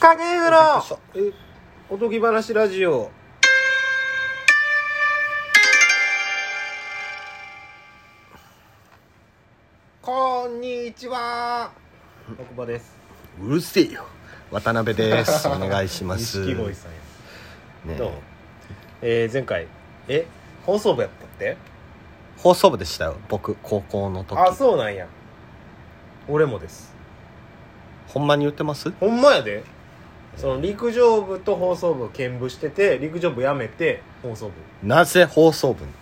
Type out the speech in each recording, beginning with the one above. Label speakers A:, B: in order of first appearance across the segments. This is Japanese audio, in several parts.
A: 影浦
B: さえおとぎ話ラジオこんにちは奥場です
A: うるせえよ渡 辺ですお願いします
B: 錦鯉さんや
A: ね
B: どう、えー、前回え放送部やったって
A: 放送部でしたよ僕高校の時
B: あそうなんや俺もです
A: ほんまに言ってます
B: ほんまやでその陸上部と放送部を兼部してて陸上部やめて放送部
A: なぜ放送部に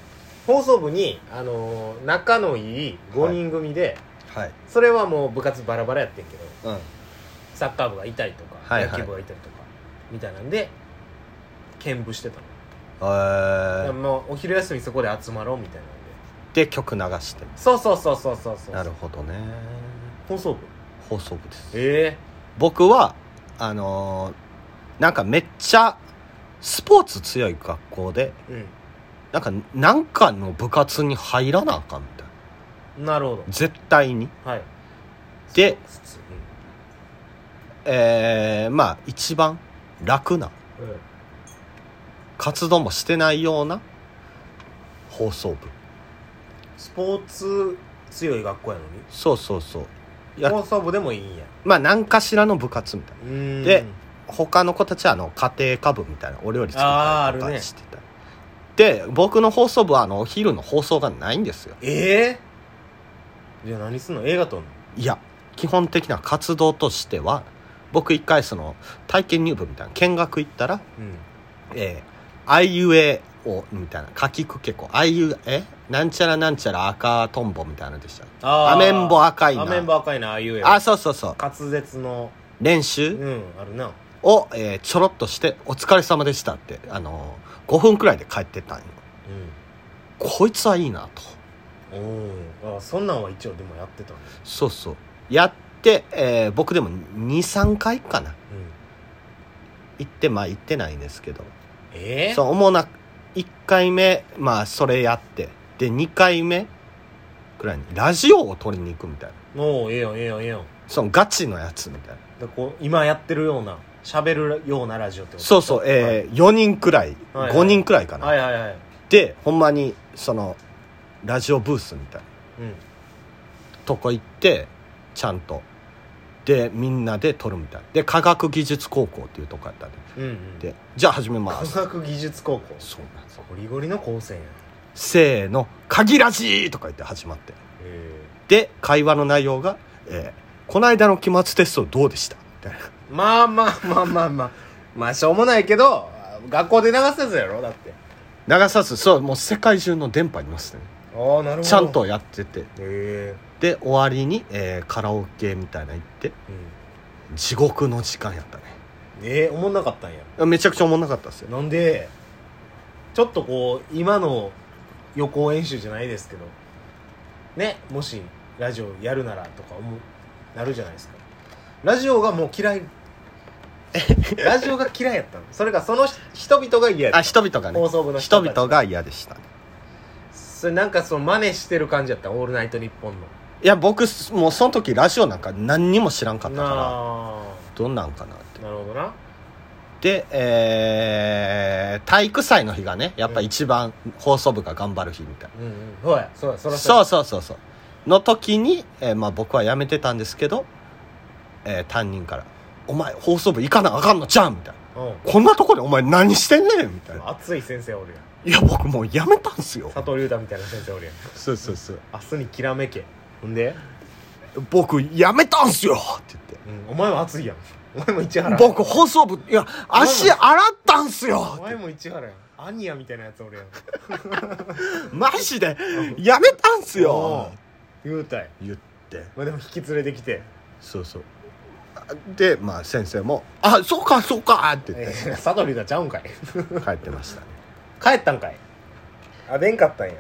B: 放送部に、あのー仲のいい5人組で、
A: はい
B: それはもう部活バラバラやってんけど
A: うん
B: サッカー部がいたりとか、
A: はいはい
B: 野球部がいたりとかみたいなんで兼部してたの、
A: え
B: だから
A: ー、
B: もうお昼休みそこで集まろうみたいなんで
A: で曲流して
B: そうそうそうそうそうそう
A: なるほどね
B: 放送部
A: 放送部です
B: え
A: 僕はあのーなんかめっちゃスポーツ強い学校で
B: え
A: なんかなんかの部活に入らなあかんみたいな
B: うんなるほど
A: 絶対に
B: はい
A: で
B: そうです
A: えー、まあ一番楽な
B: うんうん
A: 活動もしてないような放送部
B: スポーツ強い学校やの
A: そうそうそうい
B: に
A: や
B: 放送部でもいいんや
A: まあ何かしらの部活みたいな
B: うーん
A: で他の子たちはあの家庭科部みたいなお料理作ったりと
B: あーあるね
A: かしてたりで僕の放送部はあのお昼の放送がないんですよ
B: ええじゃあ何すんの映画撮んの
A: いや基本的な活動としては僕一回その体験入部みたいな見学行ったら
B: うん
A: えー、あいうえおみたいなかきくけこあいうえなんちゃらなんちゃら赤とんぼみたいなのでした
B: あー
A: アメンボ赤いな
B: アメンボ赤いなああいうや
A: あそうそうそう
B: 滑舌の
A: 練
B: う
A: 習
B: んあるな
A: を、えーちょろっとして「お疲れ様でした」って、あのー、5分くらいで帰ってたんよこいつはいいなと
B: うんおーあそんなんは一応でもやってたんだ
A: そうそうやって、えー僕でも23回かな
B: うん
A: 行ってまあ行ってないんですけど
B: ええ
A: そう主な1回目まあそれやってで2回目くらいにラジオを撮りに行くみたいな
B: もうええよええよええよ
A: そのガチのやつみたいな
B: だからこう今やってるような喋るようなラジオってこと
A: そうそう、えー4人くらい、
B: はいはい
A: 5人くらいかな、
B: はいはいはい
A: でほんまにそのラジオブースみたいな
B: うん
A: とこ行ってちゃんとでみんなで撮るみたいで科学技術高校っていうとこやったんで
B: うんうん
A: でじゃあ始めま
B: 科
A: す
B: 学技術高校
A: そうなんですよ
B: ゴリゴリの高専や
A: せーの「鍵ラジ!」とか言って始まって
B: え
A: で会話の内容が、えーこの間の期末テストどうでした?」みたいな
B: えまあまあまあまあまあまあしょうもないけど学校で流せずやろだって
A: 長さずそうもう世界中の電波にますね
B: ああなるほど
A: ちゃんとやってて
B: え
A: で終わりに、えーカラオケみたいな行って
B: えうん
A: 地獄の時間やったね
B: えー、おもんなかったんや
A: めちゃくちゃおもんなかったですよ
B: なんでちょっとこう今の予行演習じゃないですけどねもしラジオやるならとか思うなるじゃないですかラジオがもう嫌い ラジオが嫌いやったのそれがその人々が嫌や
A: あ
B: った
A: 人々がね
B: 放送部の人
A: 人
B: たち
A: 々が嫌でしたね
B: それなんかその真似してる感じやった「オールナイトニッポン」の
A: いや僕もうその時ラジオなんか何にも知らんかったから
B: な
A: どんなんかなって
B: あなるほどな
A: でえー、体育祭の日がねやっぱ一番放送部が頑張る日みたい
B: うんうんそうやそうやそ
A: な、
B: ら
A: そううそうそうそうの時に、えーまあ、僕は辞めてたんですけど、えー担任から「お前放送部行かなあかんのじゃん」みたいな
B: や
A: 「こんなとこでお前何してんねん」みた
B: う
A: い
B: ん
A: な
B: 熱い先生おるやん
A: 「いや僕もう辞めたんすよ」
B: 佐藤龍太みたいな先生おるやん
A: そうそうそう
B: 明日にきらめけほんで、
A: 「僕辞めたんすよ」って言って
B: うん、お前も熱いやん お前も市原
A: 僕放送部いや足洗ったんす
B: お
A: よ
B: 前も市原やんアニヤみたいなやつ俺やん
A: マジでやめたんすよ
B: おう言うたい、
A: 言って
B: まあ、でも引き連れてきて
A: そうそうでまあ先生も「あそうかそうか」って言
B: え
A: っ
B: ー佐藤龍太ちゃうんかい
A: て帰ってましたね
B: 帰ったんかいあ出んかったんや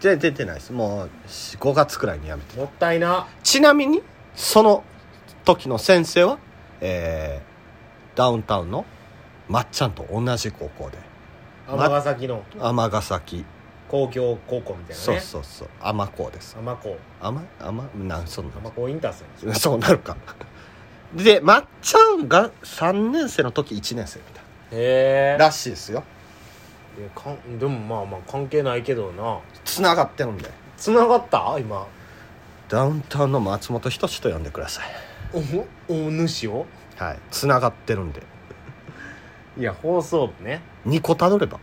A: で出てないですもう5月くらいにやめて
B: もったいな
A: ちなみにその時の先生はえーダウンタウンのまっちゃんと同じ高校で
B: 尼崎の
A: 尼崎
B: 工業高校みたいなね
A: そうそうそう尼高です
B: 尼高
A: 尼尼なんそんな
B: 尼高インタースやん
A: そうなるかでまっちゃんが3年生の時1年生みたい
B: へ
A: ならしいですよ
B: えかんでもまあまあ関係ないけどな
A: つながってるんで
B: つながった今
A: ダウンタウンの松本人志と呼んでください
B: おお主を
A: はいつながってるんで
B: いや放送部ね
A: 2個たどれば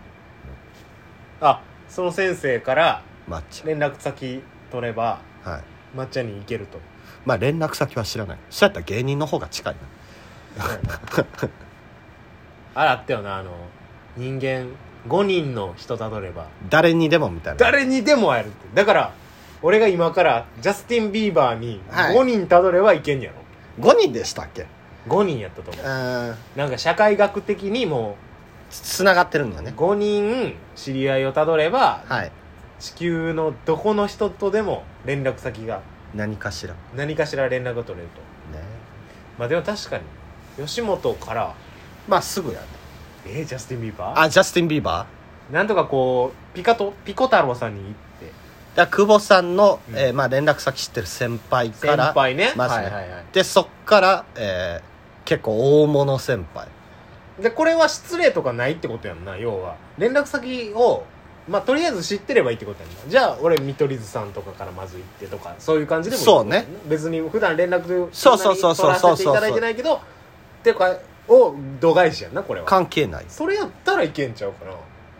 B: あその先生から
A: まっち
B: 連絡先取れば
A: ゃんはい
B: 抹茶に行けると
A: まあ連絡先は知らないそうやったら芸人の方が近いな
B: あらあったよなあの人間5人の人たどれば
A: 誰にでもみたいな
B: 誰にでも会えるってだから俺が今からジャスティン・ビーバーに
A: はい
B: 5人たどればいけんやろ、
A: 5人でしたっけ
B: 5人やったと思う
A: うん
B: なんか社会学的にも
A: つながってるんだ
B: う
A: ね
B: 5人知り合いをたどれば
A: はい
B: 地球のどこの人とでも連絡先が
A: 何かしらね
B: 何かしら連絡が取れるとまあでも確かに吉本から
A: まあすぐやね
B: えー、ジャスティン・ビーバー
A: あジャスティン・ビーバー
B: なんとかこうピカトピコ太郎さんに行って
A: だから久保さんの、
B: うん
A: えーまあ、連絡先知ってる先輩か
B: 先
A: ら
B: 輩ね
A: まず
B: はい
A: ね
B: はいは
A: でそっから、えー結構大物先輩
B: いでこれは失礼とかないってことやんな要は連絡先をまあとりあえず知ってればいいってことやんなじゃあ俺見取り図さんとかからまず行ってとかそういう感じでもいいってことやんな
A: そ
B: 別に普段連絡と
A: そうそうそうそう
B: 取らせていただいてないけどっていうかを度外視やんなこれは
A: 関係ない
B: それやったらいけんちゃうかな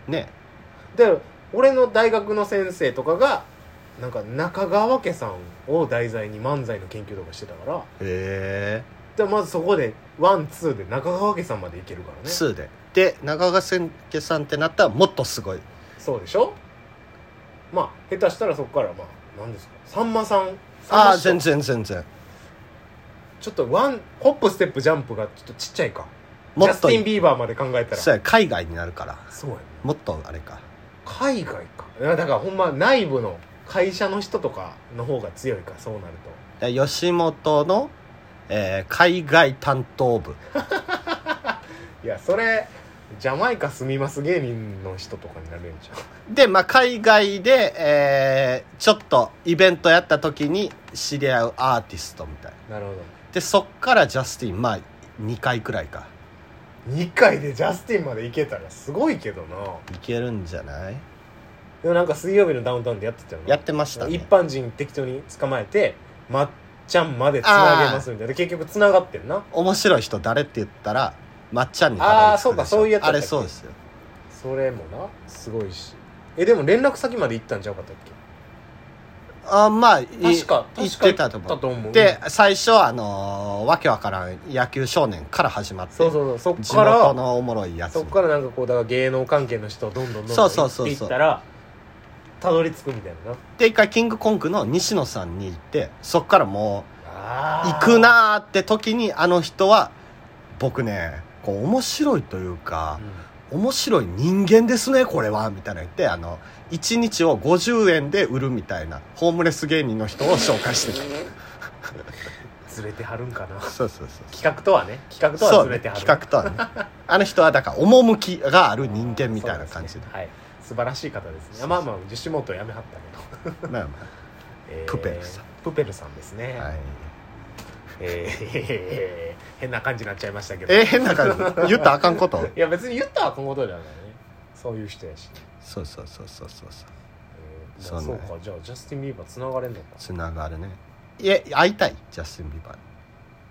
A: ね
B: で俺の大学の先生とかがなんか中川家さんを題材に漫才の研究とかしてたから
A: へえ
B: でまずそこでワンツーで中川家さんまでいけるからね
A: 2でで中川千家さんってなったらもっとすごい
B: そうでしょまあ下手したらそこからまあ何ですかさんまさんさん
A: あ
B: ま
A: あ
B: 師匠
A: 全然全然
B: ちょっとワンホップステップジャンプがちょっとちっちゃいかジ
A: も
B: ャ
A: っ
B: ステ
A: と
B: ィン・ビーバーまで考えたら
A: そうや海外になるから
B: そうやね
A: もっとあれか
B: 海外かいやだからほんま内部の会社の人とかの方が強いかそうなると
A: で吉本の、えー海外担当部
B: いやそれジャマイカ住みます芸人の人とかになるんじゃん
A: で、まあ、海外で、えーちょっとイベントやった時に知り合うアーティストみたいな
B: なるほ
A: でそっからジャスティンまあ2回くらいか
B: ど2回でジャスティンまで行けたらすごいけどない
A: けるんじゃない
B: でもなんか水曜日のダウンタウンでやってたよな
A: やってましたね
B: 一般人適当に捕まえてまっちゃんまでつなげますみたいなで結局つながってんな
A: 面白い人誰って言ったらまっちゃんに
B: あー
A: たどり着くでしょ
B: そうかそういうやつだ
A: あ
B: ったっけ
A: れそうですよ
B: それもなすごいしえでも連絡先まで行ったんちゃうかったっけ
A: あーまあい
B: 確か
A: 言っ
B: 確か
A: てたと思う
B: 思う
A: で最初はあのーわけわからん野球少年から始まって
B: そうそうそう
A: 地
B: そっか
A: 元
B: ら
A: のおもろいやつ
B: そっからなんかこうだから芸能関係の人をどんどんどんど
A: そ
B: ん
A: うそ
B: 行
A: うそうそう
B: っていったらたどり着くみたいなな
A: で一回キングコングの西野さんに行ってそっからもう
B: 行
A: 行くなーって時にあの人は僕ねこう面白いというか、面白い人間ですねこれはみたいな言ってあの1日を50円で売るみたいなホームレス芸人の人を紹介して
B: ずれてはるんかな
A: たそうそうそう
B: 企画とはね企画と
A: そ
B: は
A: う
B: ず
A: ね
B: れてはる
A: 企画とはねあの人はだから趣がある人間みたいな感じ
B: そう
A: で
B: ですねはい素晴らしい方ですね
A: そうそう
B: まあまあ吉本辞めはったけど、
A: まあま
B: え
A: プペルさん
B: プペルさんですね、
A: あはい
B: えー 変な感じになっちゃいましたけど
A: えー変な感じ言ったらあかんこと
B: いや別に言ったらこのことではないねそういう人やし、
A: そうそうそうそうそうそう
B: えー
A: そう
B: まあ
A: ね
B: そうかじゃあジャスティン・ビーバーつながれんのか
A: つながるねいえ会いたいジャスティン・ビーバーに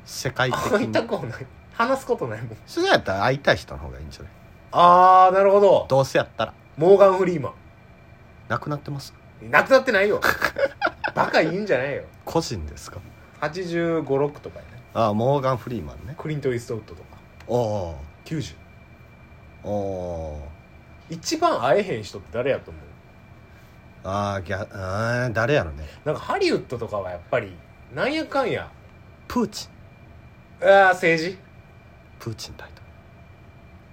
A: 世界的
B: 会いた
A: に
B: くはない話すことないもん
A: それやったら会いたい人の方がいいんじゃない
B: ああなるほど
A: どうせやったら
B: モーガン・フリーマ
A: なくなってます
B: ンなくなってないよ バカいいんじゃないよ
A: 個人ですか
B: 8 5 6とかやね
A: ああモーガン・フリーマンね
B: クリント・イーストウッドとか
A: おー
B: 90
A: おー
B: 一番会えへん人って誰やと思う
A: あーギャあー誰やろね
B: なんかハリウッドとかはやっぱりなんやかんや
A: プーチン
B: あー政治
A: プーチン大統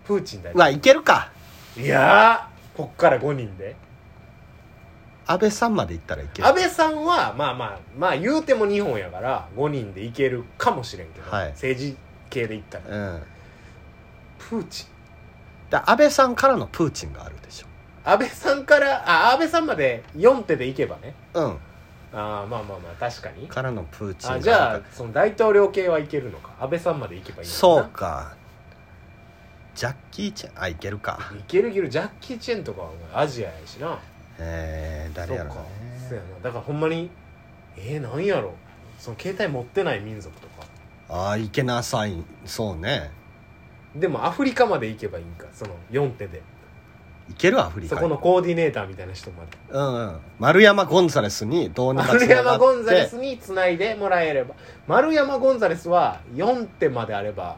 B: プーチン大
A: 領まあ
B: 統
A: いけるか
B: 領いやーこっから5人で
A: 安倍さんまで行ったらいける
B: 安倍さんはまあまあまあ言うても日本やから5人でいけるかもしれんけど、
A: はい
B: 政治系でいったら
A: うん
B: プーチン
A: だ安倍さんからのプーチンがあるでしょ
B: 安倍さんからあ安倍さんまで4手でいけばね
A: うん
B: ああまあまあまあ確かに
A: からのプーチン
B: あ
A: が
B: じゃあその大統領系はいけるのか安倍さんまで行けばいいのかな
A: そうかジャッキー・チェンあいけるか
B: いけるいけるジャッキー・チェンとかはもうアジアやしな
A: えー、誰やろう
B: そうかそう
A: ね
B: やなだからほんまにえー、なんやろその携帯持ってない民族とか
A: ああいけなさいそうね
B: でもアフリカまで行けばいいんかその4手で
A: いけるアフリカ
B: そこのコーディネーターみたいな人まで
A: うんうん、丸山ゴンザレスにどうにか
B: 丸
A: 繋が
B: 山
A: って
B: ゴンザレスにつないでもらえれば丸山ゴンザレスは4手まであれば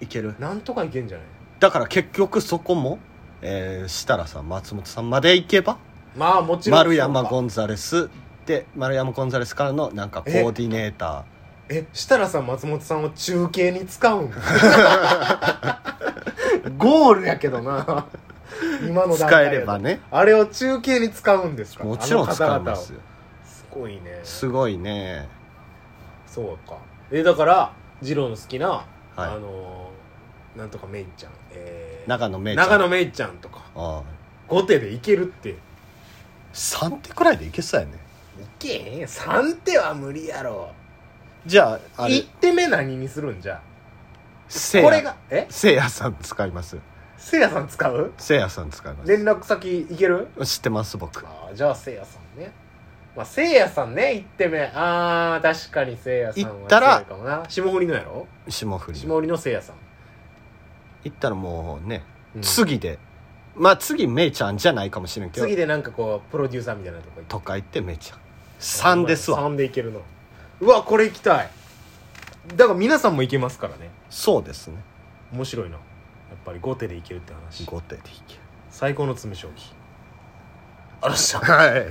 A: いける
B: なんとかいけんじゃない
A: だから結局そこも、えー、設楽さん松本さんまで行けば
B: まあもちろん
A: 丸山ゴ
B: ン
A: ンザレスで丸山ゴンザレスからのなんかコーディネータ
B: え設楽さん松本さんを中継に使うんゴールやけど な今
A: ー
B: の段階
A: 使
B: や
A: え
B: と
A: ればね
B: あれを中継に使うんですか
A: もちろん使
B: あ
A: い
B: の方々
A: ま
B: を
A: すよ
B: すごいね
A: すごいね
B: そうかえだから二郎の好きな、
A: はい
B: あのーなんとかめいちゃん、えー
A: 長野名
B: 長野
A: 名
B: めいちゃんとか
A: ああ
B: 5手でいけるってい
A: 3手くらいでいけそうやね
B: けへん3手は無理やろ
A: じゃああれ
B: 1手目何にするんじゃ
A: せい
B: これ
A: や
B: がえ
A: せいやさん使います
B: せいやさん使う
A: せいやさん使います
B: 連絡先いける
A: 知ってます僕
B: あーじゃあせいやさんねまあせいやさんね1手目あー確かにせいやさんは
A: 行ったら
B: 強いかもな霜降りのやろ
A: 霜降り
B: 霜降りのせいやさん、
A: 行ったらもうね
B: うん
A: 次でまあ次めいちゃんじゃないかもしれんけど
B: 次でなんかこうプロデューサーみたいなとこ行って
A: とか言ってめいちゃん3ですわ
B: 3でいけるのうわこれ行きたいだから皆さんもいけますからね
A: そうですね
B: 面白いなやっぱり5手でいけるって話
A: 5手でいける
B: 最高の詰め将棋あらっしゃ
A: はい